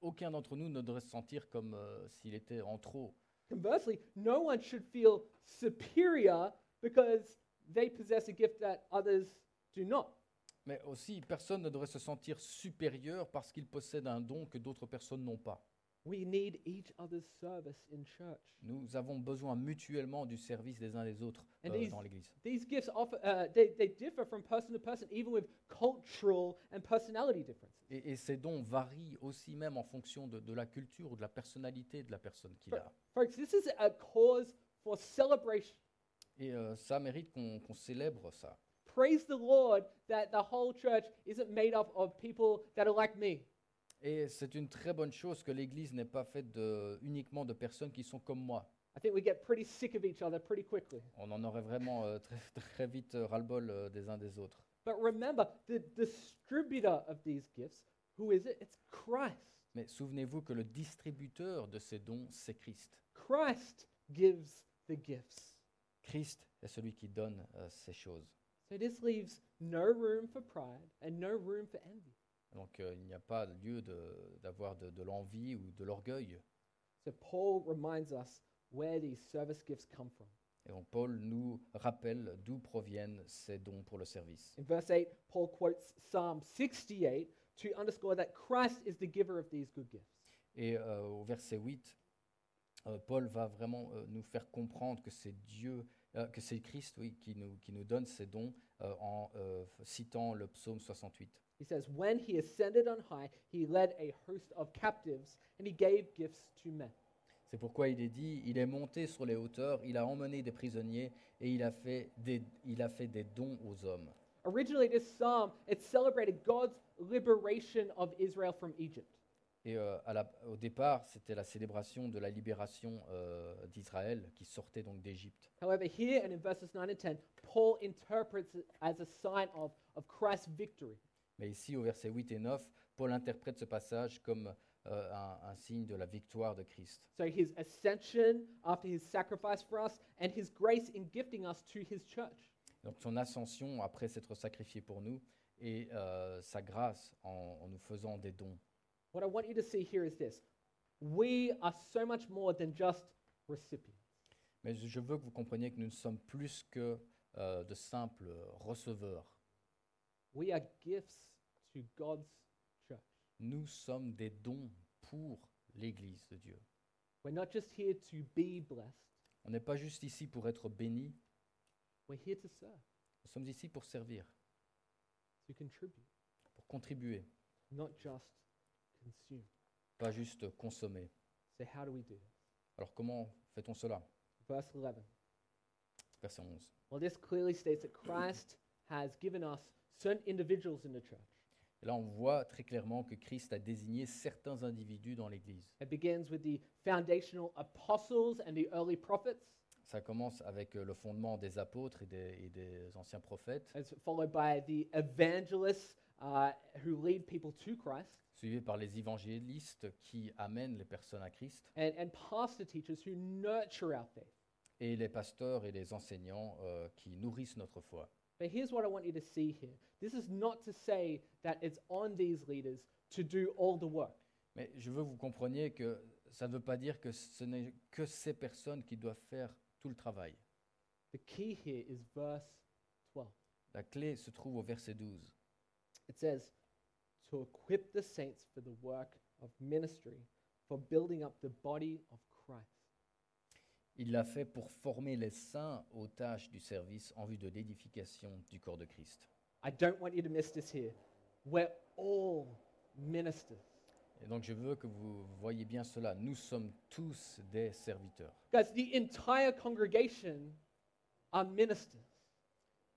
[SPEAKER 2] aucun d'entre nous ne devrait se sentir comme euh, s'il était en trop.
[SPEAKER 1] Conversely, no one should feel superior because they possess a gift that others do not.
[SPEAKER 2] Mais aussi, personne ne devrait se sentir supérieur parce qu'il possède un don que d'autres personnes n'ont pas.
[SPEAKER 1] We need each other's service in church.
[SPEAKER 2] Nous avons besoin mutuellement du service des uns des autres
[SPEAKER 1] And
[SPEAKER 2] euh,
[SPEAKER 1] these-
[SPEAKER 2] dans l'Église.
[SPEAKER 1] These gifts offer, uh, they, they differ from person to person, even with cultural and personality differences.
[SPEAKER 2] Et, et ces dons varient aussi même en fonction de, de la culture ou de la personnalité de la personne qu'il a.
[SPEAKER 1] Folks, this is a cause for celebration.
[SPEAKER 2] Et euh, ça mérite qu'on qu'on célèbre ça.
[SPEAKER 1] Praise the Lord that the whole church isn't made up of people that are like me.
[SPEAKER 2] Et c'est une très bonne chose que l'Église n'est pas faite de- uniquement de personnes qui sont comme moi.
[SPEAKER 1] I think we get pretty sick of each other pretty quickly.
[SPEAKER 2] On en aurait vraiment euh, très, très vite euh, ras-le-bol euh, des uns des autres.
[SPEAKER 1] But remember, the distributor of these gifts, who is it? It's Christ.
[SPEAKER 2] Mais souvenez-vous que le distributeur de ces dons, c'est Christ.
[SPEAKER 1] Christ gives the gifts.
[SPEAKER 2] Christ est celui qui donne euh, ces choses.
[SPEAKER 1] So this leaves no room for pride and no room for envy.
[SPEAKER 2] Donc euh, il n'y a pas lieu de- d'avoir de, de l'envie ou de l'orgueil.
[SPEAKER 1] So Paul reminds us where these service gifts come from.
[SPEAKER 2] Et donc Paul nous rappelle d'où proviennent ces dons pour le service.
[SPEAKER 1] In verse 8, Paul quotes Psalm 68 to underscore that Christ is the giver of these good gifts.
[SPEAKER 2] Et euh, au verset 8, euh, Paul va vraiment euh, nous faire comprendre que c'est Dieu, euh, que c'est Christ oui, qui, nous, qui nous donne ces dons euh, en euh, citant le psaume 68.
[SPEAKER 1] He says, When he ascended on high, he led a host of captives and he gave gifts to men.
[SPEAKER 2] C'est pourquoi il est dit, il est monté sur les hauteurs, il a emmené des prisonniers et il a fait des, il a fait des dons aux hommes.
[SPEAKER 1] Originally, this psalm it celebrated God's liberation of Israel from Egypt.
[SPEAKER 2] Et euh, à la- au départ, c'était la célébration de la libération euh, d'Israël qui sortait donc d'Égypte.
[SPEAKER 1] However, here and in verses 9 and 10, Paul interprets it as a sign of, of Christ's victory.
[SPEAKER 2] Mais ici, au verset 8 et 9, Paul interprète ce passage comme euh, un, un signe de la victoire de Christ.
[SPEAKER 1] So his ascension after his sacrifice for us and his grace in gifting us to his church.
[SPEAKER 2] Donc son ascension après s'être sacrifié pour nous et euh, sa grâce en, en nous faisant des dons.
[SPEAKER 1] What I want you to see here is this we are so much more than just recipients.
[SPEAKER 2] Mais je veux que vous compreniez que nous ne sommes plus que euh, de simples receveurs.
[SPEAKER 1] We are gifts to God's church.
[SPEAKER 2] Nous sommes des dons pour l'Église de Dieu.
[SPEAKER 1] We're not just here to be blessed,
[SPEAKER 2] On n'est pas juste ici pour être bénis,
[SPEAKER 1] we're here to serve,
[SPEAKER 2] nous sommes ici pour servir,
[SPEAKER 1] to contribute,
[SPEAKER 2] pour contribuer,
[SPEAKER 1] not just consume.
[SPEAKER 2] pas juste consommer.
[SPEAKER 1] So, how do we do this?
[SPEAKER 2] Alors comment fait-on cela
[SPEAKER 1] Verse 11.
[SPEAKER 2] Verset 11.
[SPEAKER 1] Well, this clearly states that Christ has given us certain individuals in the church.
[SPEAKER 2] Et là, on voit très clairement que Christ a désigné certains individus dans l'Église.
[SPEAKER 1] It begins with the foundational apostles and the early prophets,
[SPEAKER 2] Ça commence avec euh, le fondement des apôtres et des, et des anciens prophètes,
[SPEAKER 1] as followed by the evangelists uh, who lead people to Christ.
[SPEAKER 2] suivi par les évangélistes qui amènent les personnes à Christ,
[SPEAKER 1] and, and pastor teachers who nurture our faith.
[SPEAKER 2] et les pasteurs et les enseignants euh, qui nourrissent notre foi.
[SPEAKER 1] But here's what I want you to see here this is not to say that it's on these leaders to do all the work.
[SPEAKER 2] Mais je veux que vous compreniez que ça ne veut pas dire que ce n'est que ces personnes qui doivent faire tout le travail.
[SPEAKER 1] The key here is verse 12.
[SPEAKER 2] La clé se trouve au verset 12.
[SPEAKER 1] It says, To equip the saints for the work of ministry, for building up the body of Christ.
[SPEAKER 2] Il l'a fait pour former les saints aux tâches du service en vue de l'édification du corps de Christ.
[SPEAKER 1] I don't want you to miss this here. We're all ministers.
[SPEAKER 2] Et donc je veux que vous voyez bien cela. Nous sommes tous des serviteurs.
[SPEAKER 1] Guys, the entire congregation are ministers.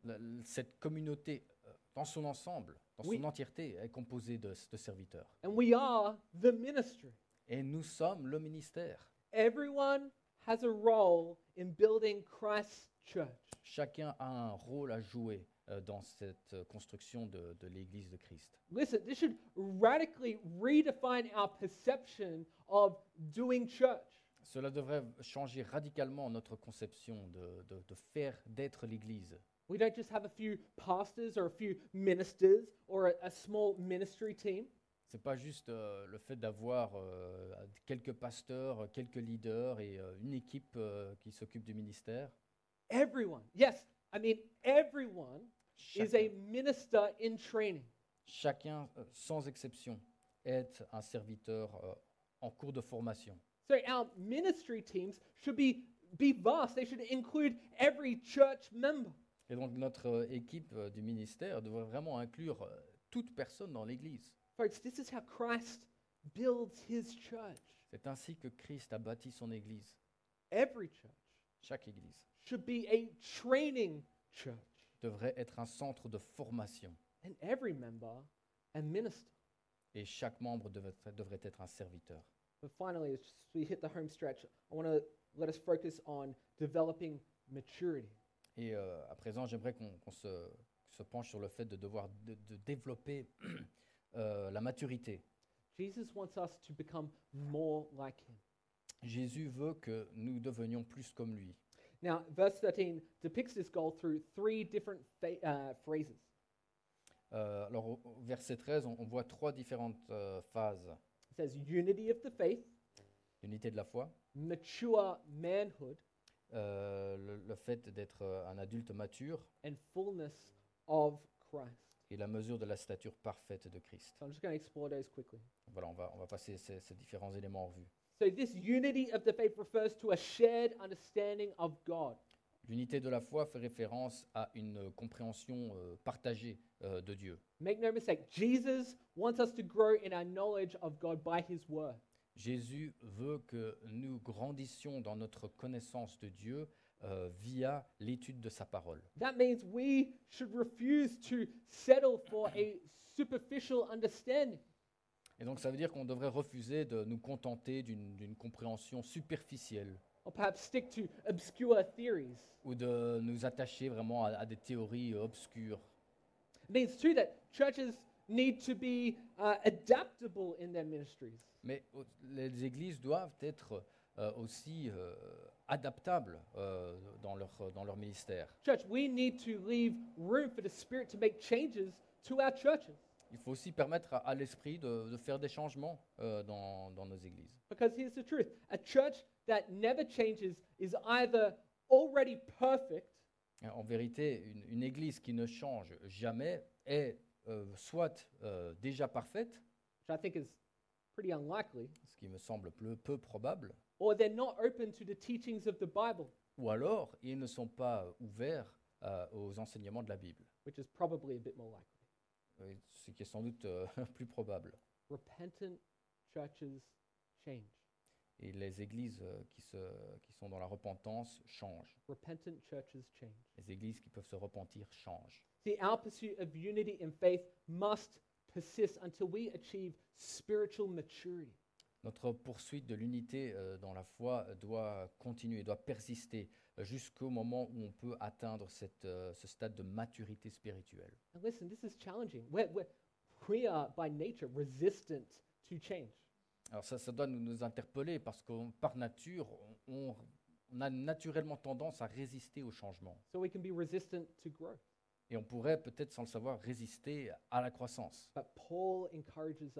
[SPEAKER 2] La- l- cette communauté, euh, dans son ensemble, dans
[SPEAKER 1] Oui.
[SPEAKER 2] son entièreté, est composée de, de serviteurs.
[SPEAKER 1] And we are the ministry.
[SPEAKER 2] Et nous sommes le ministère.
[SPEAKER 1] Everyone has a role in building Christ's church.
[SPEAKER 2] Chacun a un rôle à jouer euh, dans cette euh, construction de- de l'Église de Christ.
[SPEAKER 1] Listen, this should radically redefine our perception of doing church.
[SPEAKER 2] Cela devrait changer radicalement notre conception de, de- de faire d'être l'Église.
[SPEAKER 1] We don't just have a few pastors or a few ministers or a, a small ministry team.
[SPEAKER 2] C'est- C'est pas juste euh, le fait d'avoir euh, quelques pasteurs, quelques leaders et euh, une équipe euh, qui s'occupe du ministère.
[SPEAKER 1] Everyone, yes, I mean, everyone is
[SPEAKER 2] Chacun,
[SPEAKER 1] a minister in training.
[SPEAKER 2] chacun, euh, sans exception, est un serviteur euh, en cours de formation.
[SPEAKER 1] So our ministry teams should be, be vast, they should include every church member.
[SPEAKER 2] Et donc notre euh, équipe euh, du ministère devrait vraiment inclure euh, toute personne dans l'Église.
[SPEAKER 1] Folks, this is how Christ builds his church.
[SPEAKER 2] C'est ainsi que Christ a bâti son Église,
[SPEAKER 1] Every church
[SPEAKER 2] chaque Église.
[SPEAKER 1] should be a training church,
[SPEAKER 2] devrait être un centre de formation
[SPEAKER 1] and every member a minister.
[SPEAKER 2] et chaque membre devait- devrait être un serviteur.
[SPEAKER 1] But finally, as we hit the home stretch, I want to let us focus on developing maturity.
[SPEAKER 2] Et euh, à présent, j'aimerais qu'on qu'on se, se penche sur le fait de devoir de, de développer euh, la maturité.
[SPEAKER 1] Jesus wants us to become more like him.
[SPEAKER 2] Jésus veut que nous devenions plus comme lui.
[SPEAKER 1] Now, verse 13 depicts this goal through three different fa- uh, phrases.
[SPEAKER 2] Euh, alors, au- au verset 13, on, on voit trois différentes euh, phases.
[SPEAKER 1] It says unity of the faith,
[SPEAKER 2] L'unité de la foi,
[SPEAKER 1] mature manhood,
[SPEAKER 2] euh, le, le fait d'être euh, un adulte mature
[SPEAKER 1] and fullness of Christ.
[SPEAKER 2] et la mesure de la stature parfaite de Christ.
[SPEAKER 1] So I'm just going to explore those quickly.
[SPEAKER 2] Voilà, on va, on va passer ces- ces différents éléments en revue.
[SPEAKER 1] So, this unity of the faith refers to a shared understanding of God.
[SPEAKER 2] L'unité de la foi fait référence à une euh, compréhension euh, partagée euh, de Dieu.
[SPEAKER 1] Make no mistake, Jesus wants us to grow in our knowledge of God by his word.
[SPEAKER 2] Jésus veut que nous grandissions dans notre connaissance de Dieu euh, via l'étude de sa parole.
[SPEAKER 1] That means we should refuse to settle for a superficial understanding.
[SPEAKER 2] Et donc ça veut dire qu'on devrait refuser de nous contenter d'une d'une compréhension superficielle
[SPEAKER 1] or perhaps stick to obscure theories.
[SPEAKER 2] ou de nous attacher vraiment à, à des théories euh, obscures.
[SPEAKER 1] It means, too, that churches need to be uh, adaptable in their ministries.
[SPEAKER 2] Mais au- les églises doivent être euh, aussi euh, adaptables euh, dans, leur, dans leur ministère.
[SPEAKER 1] Church, we need to leave room for the Spirit to make changes to our churches
[SPEAKER 2] Il faut aussi permettre à, à l'esprit de, de faire des changements euh, dans, dans nos églises.
[SPEAKER 1] because here's the truth a church that never changes is either already perfect
[SPEAKER 2] Hein, En vérité, une, une église qui ne change jamais est euh, soit euh, déjà parfaite,
[SPEAKER 1] which i think is pretty unlikely
[SPEAKER 2] ce qui me semble peu, peu probable,
[SPEAKER 1] or they're not open to the teachings of the bible
[SPEAKER 2] ou alors ils ne sont pas ouverts euh, aux enseignements de la Bible,
[SPEAKER 1] which is probably a bit more likely
[SPEAKER 2] Oui, ce qui est sans doute euh, plus probable.
[SPEAKER 1] repentant churches change
[SPEAKER 2] Et les églises euh, qui, se- qui sont dans la repentance changent.
[SPEAKER 1] repentant churches change
[SPEAKER 2] Les églises qui peuvent se repentir changent.
[SPEAKER 1] See, our pursuit of unity in faith must persist until we achieve spiritual maturity.
[SPEAKER 2] Notre poursuite de l'unité euh, dans la foi doit continuer, doit persister euh, jusqu'au moment où on peut atteindre cette, euh, ce stade de maturité spirituelle.
[SPEAKER 1] And listen, this is challenging. We're, we're, we are by nature resistant to change.
[SPEAKER 2] Alors ça, ça doit nous, nous interpeller parce que par nature, on, on- on a naturellement tendance à résister au changement.
[SPEAKER 1] So we can be resistant to growth.
[SPEAKER 2] Et on pourrait peut-être, sans le savoir, résister à la croissance.
[SPEAKER 1] But Paul encourages us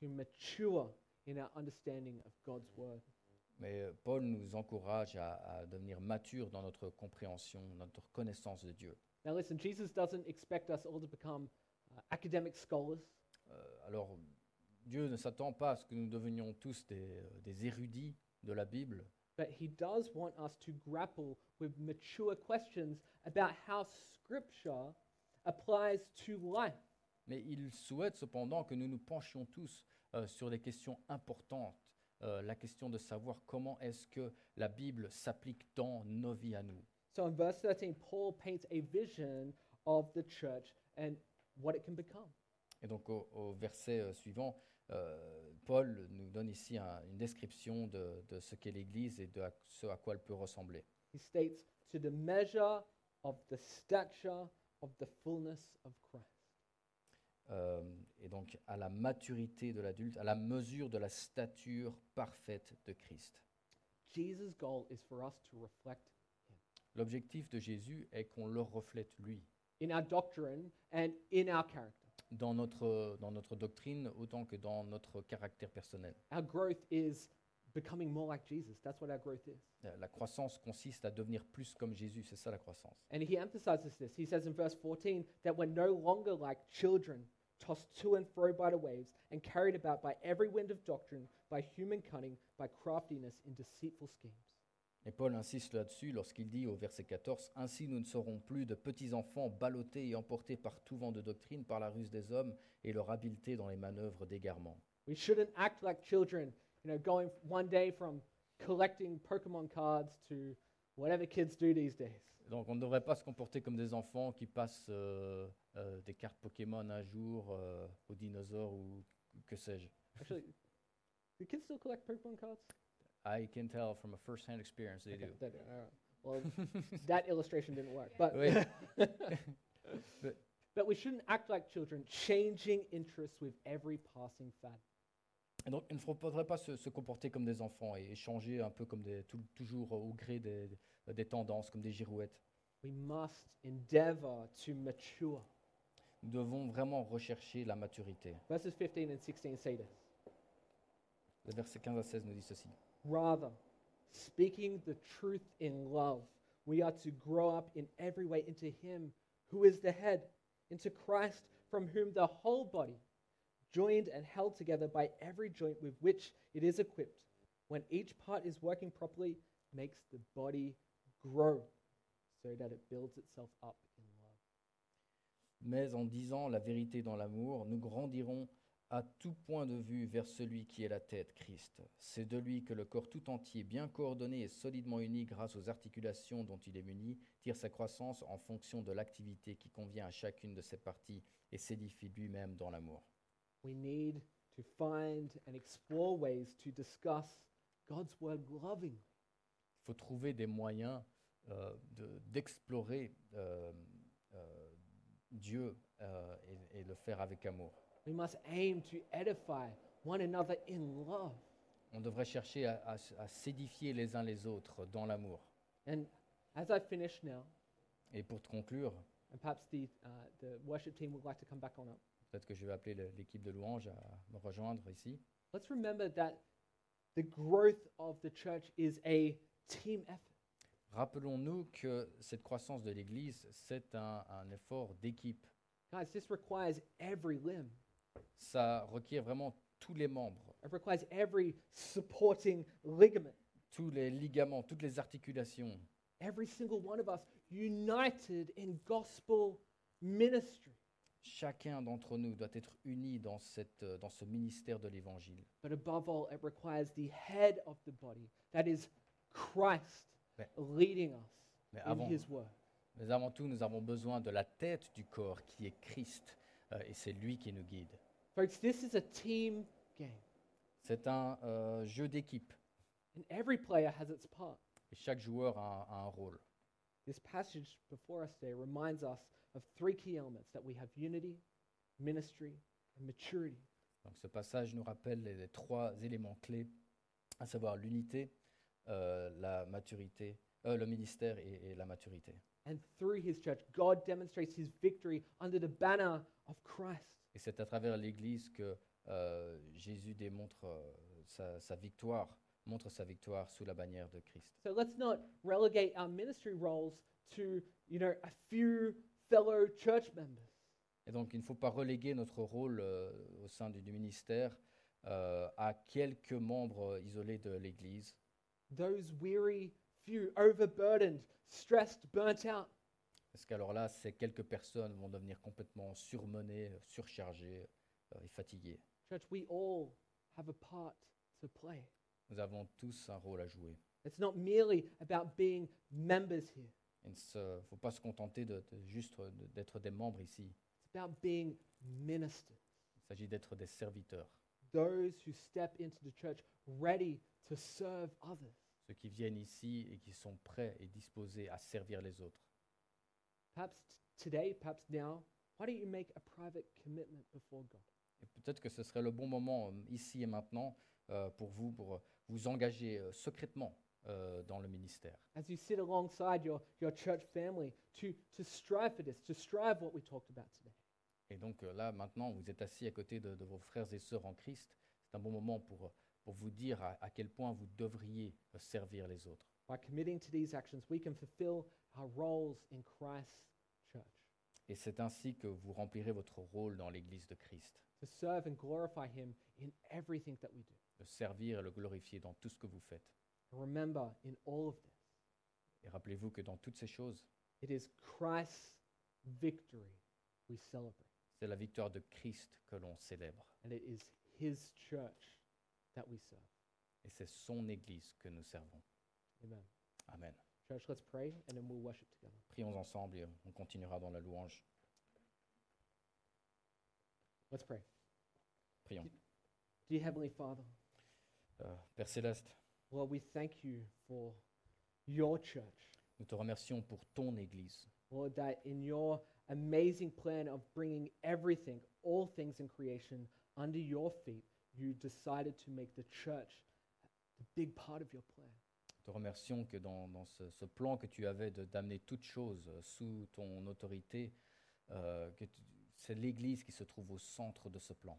[SPEAKER 1] to mature in our understanding of God's word.
[SPEAKER 2] Mais euh, Paul nous encourage à, à devenir mature dans notre compréhension, notre connaissance de Dieu.
[SPEAKER 1] Now, listen, Jesus doesn't expect us all to become uh, academic scholars,
[SPEAKER 2] Euh, alors, Dieu ne s'attend pas à ce que nous devenions tous des, euh, des érudits de la Bible,
[SPEAKER 1] but he does want us to grapple with mature questions about how Scripture applies to life.
[SPEAKER 2] mais il souhaite cependant que nous nous penchions tous euh, sur des questions importantes, euh, la question de savoir comment est-ce que la Bible s'applique dans nos vies à nous.
[SPEAKER 1] So in verse 13, Paul paints a vision of the church and what it can become.
[SPEAKER 2] Et donc au, au verset euh, suivant, euh, Paul nous donne ici un- une description de, de ce qu'est l'Église et de à- ce à quoi elle peut ressembler.
[SPEAKER 1] He states, to the measure of the stature of the fullness of Christ.
[SPEAKER 2] Euh, et donc à la maturité de l'adulte, à la mesure de la stature parfaite de Christ.
[SPEAKER 1] Jesus' goal is for us to reflect
[SPEAKER 2] L'objectif de Jésus est qu'on le reflète lui
[SPEAKER 1] in our doctrine and in our character.
[SPEAKER 2] dans notre, dans notre doctrine autant que dans notre caractère personnel.
[SPEAKER 1] Our growth is becoming more like Jesus. That's what our growth is.
[SPEAKER 2] La Euh, la croissance consiste à devenir plus comme Jésus, c'est ça la croissance.
[SPEAKER 1] And he emphasizes this. He says in verse 14 that we're no longer like children, tossed to and fro by the waves and carried about by every wind of doctrine, by human cunning, by craftiness in deceitful schemes.
[SPEAKER 2] Et Paul insiste là-dessus lorsqu'il dit au verset 14, Ainsi nous ne serons plus de petits enfants ballottés et emportés par tout vent de doctrine, par la ruse des hommes et leur habileté dans les manœuvres d'égarement.
[SPEAKER 1] We shouldn't act like children, you know, going one day from collecting Pokemon cards to whatever kids do these days.
[SPEAKER 2] Donc on ne devrait pas se comporter comme des enfants qui passent euh, euh, des cartes Pokémon un jour euh, aux dinosaures ou que sais-je.
[SPEAKER 1] Actually, do kids still collect Pokemon cards?
[SPEAKER 2] I can tell from a first-hand experience they
[SPEAKER 1] Okay,
[SPEAKER 2] do.
[SPEAKER 1] they do, alright. Well, that illustration didn't work, but
[SPEAKER 2] Oui.
[SPEAKER 1] But we shouldn't act like children, changing interests with every passing fad.
[SPEAKER 2] Et donc, il ne faudrait pas se, se comporter comme des enfants et changer un peu comme des, tou- toujours au gré des, des tendances, comme des girouettes.
[SPEAKER 1] We must endeavor to mature.
[SPEAKER 2] Nous devons vraiment rechercher la maturité.
[SPEAKER 1] Verses 15 and 16 say this.
[SPEAKER 2] Les versets 15 à 16 nous disent ceci.
[SPEAKER 1] Rather, speaking the truth in love, we are to grow up in every way into Him who is the head, into Christ, from whom the whole body, joined and held together by every joint with which it is equipped, when each part is working properly, makes the body grow so that it builds itself up in love.
[SPEAKER 2] Mais en disant la vérité dans l'amour, nous grandirons à tout point de vue vers celui qui est la tête, Christ. C'est de lui que le corps tout entier, bien coordonné et solidement uni grâce aux articulations dont il est muni, tire sa croissance en fonction de l'activité qui convient à chacune de ses parties et s'édifie lui-même dans l'amour.
[SPEAKER 1] We need to find and explore ways to discuss God's word lovingly.
[SPEAKER 2] Il faut trouver des moyens euh, de- d'explorer euh, euh, Dieu euh, et, et le faire avec amour.
[SPEAKER 1] We must aim to edify one another in love.
[SPEAKER 2] On devrait chercher à, à s- à s'édifier les uns les autres dans l'amour.
[SPEAKER 1] And as I finish now,
[SPEAKER 2] Et pour te conclure,
[SPEAKER 1] and perhaps the, uh, the worship team would like to come back on up,
[SPEAKER 2] peut-être que je vais appeler le- l'équipe de louanges à me rejoindre ici.
[SPEAKER 1] let's remember that the growth of the church is a team effort.
[SPEAKER 2] Rappelons-nous que cette croissance de l'Église, c'est un, un effort d'équipe.
[SPEAKER 1] Guys, this requires every limb,
[SPEAKER 2] Ça requiert vraiment tous les membres,
[SPEAKER 1] it requires every supporting ligament,
[SPEAKER 2] tous les ligaments, toutes les articulations.
[SPEAKER 1] every single one of us united in gospel ministry.
[SPEAKER 2] Chacun d'entre nous doit être uni dans, cette, euh, dans ce ministère de l'Évangile.
[SPEAKER 1] But above all, it requires the head of the body, that is Christ,
[SPEAKER 2] Mais-
[SPEAKER 1] leading us
[SPEAKER 2] Mais
[SPEAKER 1] in
[SPEAKER 2] avant-
[SPEAKER 1] his word.
[SPEAKER 2] Mais avant tout, nous avons besoin de la tête du corps qui est Christ, euh, et c'est lui qui nous guide.
[SPEAKER 1] Folks, this is a team game,
[SPEAKER 2] C'est un euh, jeu d'équipe,
[SPEAKER 1] and every player has its part.
[SPEAKER 2] et chaque joueur a, un- a un rôle.
[SPEAKER 1] This passage before us today reminds us of three key elements that we have unity, ministry, and maturity.
[SPEAKER 2] Donc ce passage nous rappelle les, les trois éléments clés, à savoir l'unité, euh, la maturité, euh, le ministère et, et la maturité.
[SPEAKER 1] And through his church, God demonstrates his victory under the banner of Christ.
[SPEAKER 2] Et c'est à travers l'Église que euh, Jésus démontre euh, sa, sa victoire, montre sa victoire sous la bannière de Christ.
[SPEAKER 1] So let's not relegate our ministry roles to, you know, a few fellow church members.
[SPEAKER 2] Et donc, il ne faut pas reléguer notre rôle euh, au sein du, du ministère euh, à quelques membres euh, isolés de l'Église,
[SPEAKER 1] those weary few, overburdened, stressed, burnt out.
[SPEAKER 2] parce qu'alors là, ces quelques personnes vont devenir complètement surmenées, euh, surchargées euh, et fatiguées.
[SPEAKER 1] Church, we all have a part to play.
[SPEAKER 2] Nous avons tous un rôle à jouer.
[SPEAKER 1] It's not merely about being members here, it's
[SPEAKER 2] Il ne se- faut pas se contenter de, de juste euh, de- d'être des membres ici.
[SPEAKER 1] about being ministers,
[SPEAKER 2] Il s'agit d'être des serviteurs,
[SPEAKER 1] those who step into the church ready to serve others.
[SPEAKER 2] ceux qui viennent ici et qui sont prêts et disposés à servir les autres.
[SPEAKER 1] Perhaps t- today, perhaps now, why don't you make a private commitment before God?
[SPEAKER 2] Et peut-être que ce serait le bon moment, euh, ici et maintenant, euh, pour vous, pour euh, vous engager euh, secrètement euh, dans le ministère.
[SPEAKER 1] As you sit alongside your, your church family, to, to strive for this, to strive what we talked about today.
[SPEAKER 2] Et donc euh, là, maintenant, vous êtes assis à côté de, de vos frères et sœurs en Christ. C'est un bon moment pour, euh, pour vous dire à, à quel point vous devriez euh, servir les autres.
[SPEAKER 1] By committing to these actions, we can fulfill our roles in Christ's church
[SPEAKER 2] Et c'est ainsi que vous remplirez votre rôle dans l'Église de Christ,
[SPEAKER 1] to serve and glorify Him in everything that we do.
[SPEAKER 2] le servir et le glorifier dans tout ce que vous faites.
[SPEAKER 1] And remember, in all of this,
[SPEAKER 2] Et rappelez-vous que dans toutes ces choses,
[SPEAKER 1] it is Christ's victory we celebrate,
[SPEAKER 2] c'est la victoire de Christ que l'on célèbre.
[SPEAKER 1] and it is His church that we serve.
[SPEAKER 2] Et c'est son Église que nous servons.
[SPEAKER 1] Amen.
[SPEAKER 2] Amen.
[SPEAKER 1] Church, let's pray, and then we'll worship together.
[SPEAKER 2] Prions ensemble et on continuera dans la louange.
[SPEAKER 1] Let's pray.
[SPEAKER 2] Prions.
[SPEAKER 1] Dear Heavenly Father,
[SPEAKER 2] Euh, Père céleste,
[SPEAKER 1] Lord, we thank you for your church.
[SPEAKER 2] nous te remercions pour ton Église.
[SPEAKER 1] Lord, that in your amazing plan of bringing everything, all things in creation, under your feet, you decided to make the church a big part of your plan.
[SPEAKER 2] Nous te remercions que dans, dans ce, ce plan que tu avais de- d'amener toute chose euh, sous ton autorité, euh, que tu- c'est l'Église qui se trouve au centre de ce plan.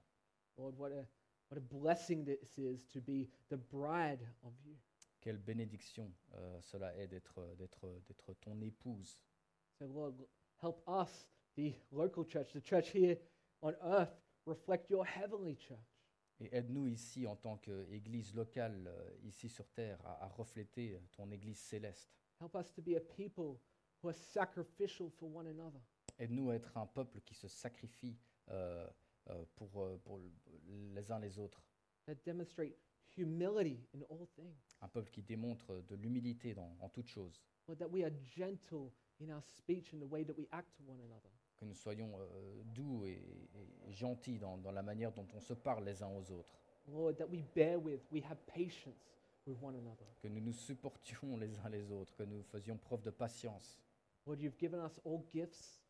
[SPEAKER 1] Lord, what a, what a blessing this is to be the bride of you.
[SPEAKER 2] Quelle bénédiction euh, cela est d'être, d'être, euh, d'être ton épouse.
[SPEAKER 1] So, Lord, l- help us, the local church, the church here on earth, reflect your heavenly church.
[SPEAKER 2] Et aide-nous ici en tant qu'Église locale, euh, ici sur Terre, à, à refléter euh, ton Église céleste.
[SPEAKER 1] Help us to be a people who are sacrificial for one another.
[SPEAKER 2] Aide-nous à être un peuple qui se sacrifie euh, euh, pour, euh, pour le- les uns les autres.
[SPEAKER 1] that demonstrate humility in all things.
[SPEAKER 2] Un peuple qui démontre de l'humilité dans- en toute chose.
[SPEAKER 1] Lord, that we are gentle in our speech and the way that we act to one another.
[SPEAKER 2] Que nous soyons euh, doux et, et gentils dans, dans la manière dont on se parle les uns aux autres.
[SPEAKER 1] Lord, that we bear with, we have patience with one another.
[SPEAKER 2] Que nous nous supportions les uns les autres. Que nous faisions preuve de patience.
[SPEAKER 1] Lord, you've given us all gifts.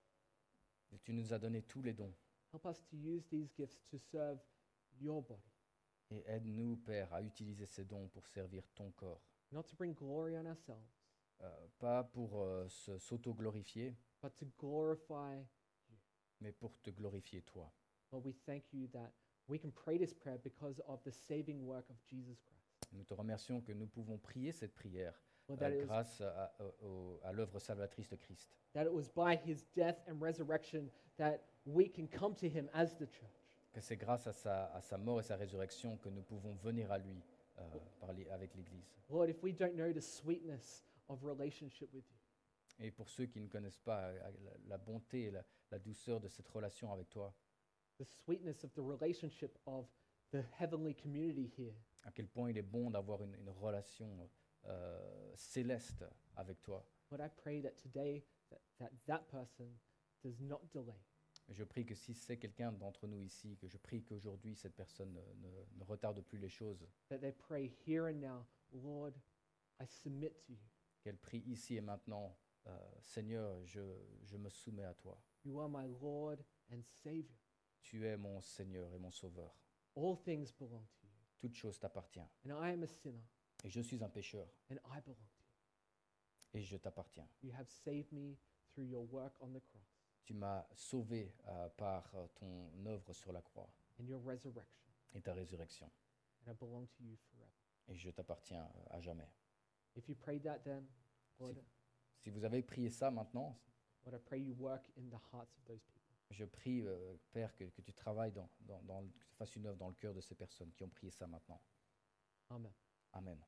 [SPEAKER 2] Et tu nous as donné tous les dons.
[SPEAKER 1] Help us to use these gifts to serve your body,
[SPEAKER 2] Et aide-nous, Père, à utiliser ces dons pour servir ton corps.
[SPEAKER 1] not to bring glory on ourselves,
[SPEAKER 2] Euh, pas pour euh, se- s'auto-glorifier,
[SPEAKER 1] but to glorify.
[SPEAKER 2] mais pour te glorifier toi.
[SPEAKER 1] Lord, we thank you that we can pray this prayer because of the saving work of Jesus Christ.
[SPEAKER 2] Nous te remercions que nous pouvons prier cette prière
[SPEAKER 1] Lord, that,
[SPEAKER 2] euh,
[SPEAKER 1] it was,
[SPEAKER 2] grâce à, à- au- à l'œuvre salvatrice de Christ.
[SPEAKER 1] that it was by his death and resurrection that we can come to him as the church.
[SPEAKER 2] Que c'est grâce à sa, à sa mort et sa résurrection que nous pouvons venir à lui euh, par les- avec l'Église.
[SPEAKER 1] Lord, if we don't know the sweetness of relationship with you,
[SPEAKER 2] Et pour ceux qui ne connaissent pas euh, la, la bonté et la, la douceur de cette relation avec toi,
[SPEAKER 1] the sweetness of the relationship of the heavenly community here,
[SPEAKER 2] à quel point il est bon d'avoir une, une relation euh, céleste avec toi.
[SPEAKER 1] Lord, I pray that today that that, that person does not delay,
[SPEAKER 2] Je prie que si c'est quelqu'un d'entre nous ici, que je prie qu'aujourd'hui cette personne ne, ne- ne retarde plus les choses,
[SPEAKER 1] that they pray here and now, Lord, I submit to you.
[SPEAKER 2] qu'elle prie ici et maintenant, euh, Seigneur, je, je me soumets à toi.
[SPEAKER 1] You are my Lord and Savior.
[SPEAKER 2] Tu es mon Seigneur et mon Sauveur.
[SPEAKER 1] All things belong to you,
[SPEAKER 2] Toute chose t'appartient.
[SPEAKER 1] and I am a sinner,
[SPEAKER 2] Et je suis un pécheur
[SPEAKER 1] and I belong to
[SPEAKER 2] et je t'appartiens.
[SPEAKER 1] you. You have saved me through your work on the cross
[SPEAKER 2] Tu m'as sauvé euh, par euh, ton œuvre sur la croix
[SPEAKER 1] and your resurrection,
[SPEAKER 2] et ta résurrection.
[SPEAKER 1] and I belong to you forever.
[SPEAKER 2] Et je t'appartiens euh, à jamais.
[SPEAKER 1] If you prayed that, then, Lord,
[SPEAKER 2] Si vous avez prié ça maintenant,
[SPEAKER 1] Lord, I pray you work in the hearts of those people.
[SPEAKER 2] je prie, euh, Père, que, que tu travailles, dans, dans- dans le- que tu fasses une œuvre dans le cœur de ces personnes qui ont prié ça maintenant.
[SPEAKER 1] Amen.
[SPEAKER 2] Amen.